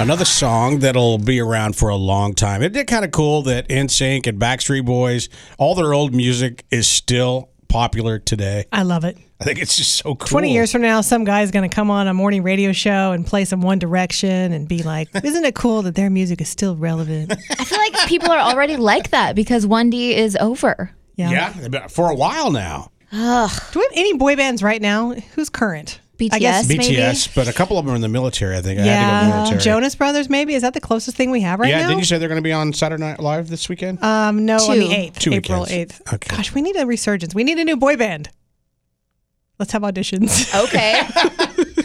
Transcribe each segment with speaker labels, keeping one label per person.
Speaker 1: another song that'll be around for a long time. Isn't it kind of cool that NSYNC and Backstreet Boys, all their old music is still popular today?
Speaker 2: I love it.
Speaker 1: I think it's just so cool.
Speaker 2: 20 years from now, some guy's going to come on a morning radio show and play some One Direction and be like, isn't it cool that their music is still relevant?
Speaker 3: I feel like people are already like that because 1D is over.
Speaker 1: Yeah, but for a while now.
Speaker 2: Do we have any boy bands right now? Who's current? I guess
Speaker 3: BTS. Maybe.
Speaker 1: BTS, but a couple of them are in the military, I think. I had to go
Speaker 2: Yeah,
Speaker 1: military.
Speaker 2: Jonas Brothers. Maybe is that the closest thing we have right
Speaker 1: yeah,
Speaker 2: now?
Speaker 1: didn't you say they're going to be on Saturday Night Live this weekend?
Speaker 2: um, no, on
Speaker 3: Two.
Speaker 2: the eighth,
Speaker 1: Two
Speaker 2: April
Speaker 1: weekends.
Speaker 2: eighth.
Speaker 1: Okay.
Speaker 2: Gosh, we need a resurgence. We need a new boy band. Let's have auditions.
Speaker 3: Okay.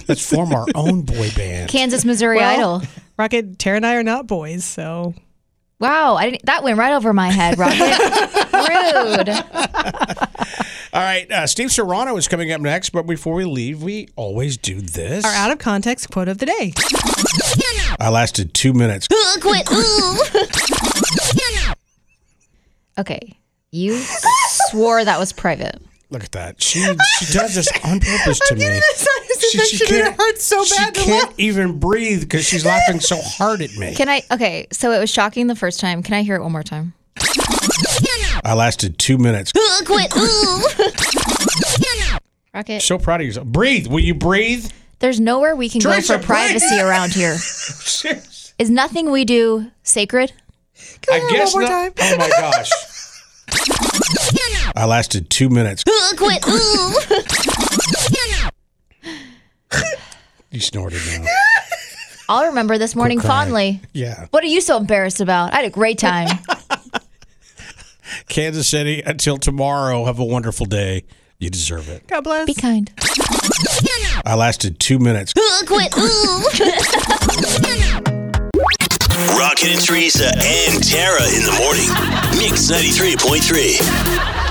Speaker 1: Let's form our own boy band.
Speaker 3: Kansas Missouri
Speaker 2: Well-
Speaker 3: Idol.
Speaker 2: Rocket, Tara, and I are not boys, so
Speaker 3: Wow, I didn't, that went right over my head, Rocket. Rude.
Speaker 1: All right, uh, Steve Serrano is coming up next, but before we leave, we always do this.
Speaker 2: our out of context quote of the day.
Speaker 1: I lasted two minutes.
Speaker 3: Ooh, quit. ooh. okay, you swore that was private.
Speaker 1: Look at that. She she does this on purpose to me.
Speaker 2: She,
Speaker 1: can't- She can't even breathe because she's laughing so hard at me.
Speaker 3: Can I? Okay, so it was shocking the first time. Can I hear it one more time?
Speaker 1: I lasted two minutes.
Speaker 3: Ooh, quit. ooh. Rocket,
Speaker 1: So proud of yourself. Breathe. Will you breathe?
Speaker 3: there's nowhere we can
Speaker 1: Teresa,
Speaker 3: go for privacy
Speaker 1: please.
Speaker 3: around here.
Speaker 1: Seriously.
Speaker 3: Is nothing we do sacred?
Speaker 1: I
Speaker 2: on,
Speaker 1: guess
Speaker 2: one more
Speaker 1: not.
Speaker 2: time.
Speaker 1: Oh my gosh. I lasted two minutes.
Speaker 3: Ooh, quit. ooh.
Speaker 1: You snorted now.
Speaker 3: I'll remember this morning
Speaker 1: crying.
Speaker 3: fondly.
Speaker 1: Yeah.
Speaker 3: What are you so embarrassed about? I had a great time.
Speaker 1: Kansas City, until tomorrow, have a wonderful day. You deserve it.
Speaker 2: God bless.
Speaker 3: Be kind.
Speaker 1: I lasted two minutes.
Speaker 3: Ooh, quit. Ooh.
Speaker 4: Rocket and Teresa and Tara in the morning. Mix 93.3.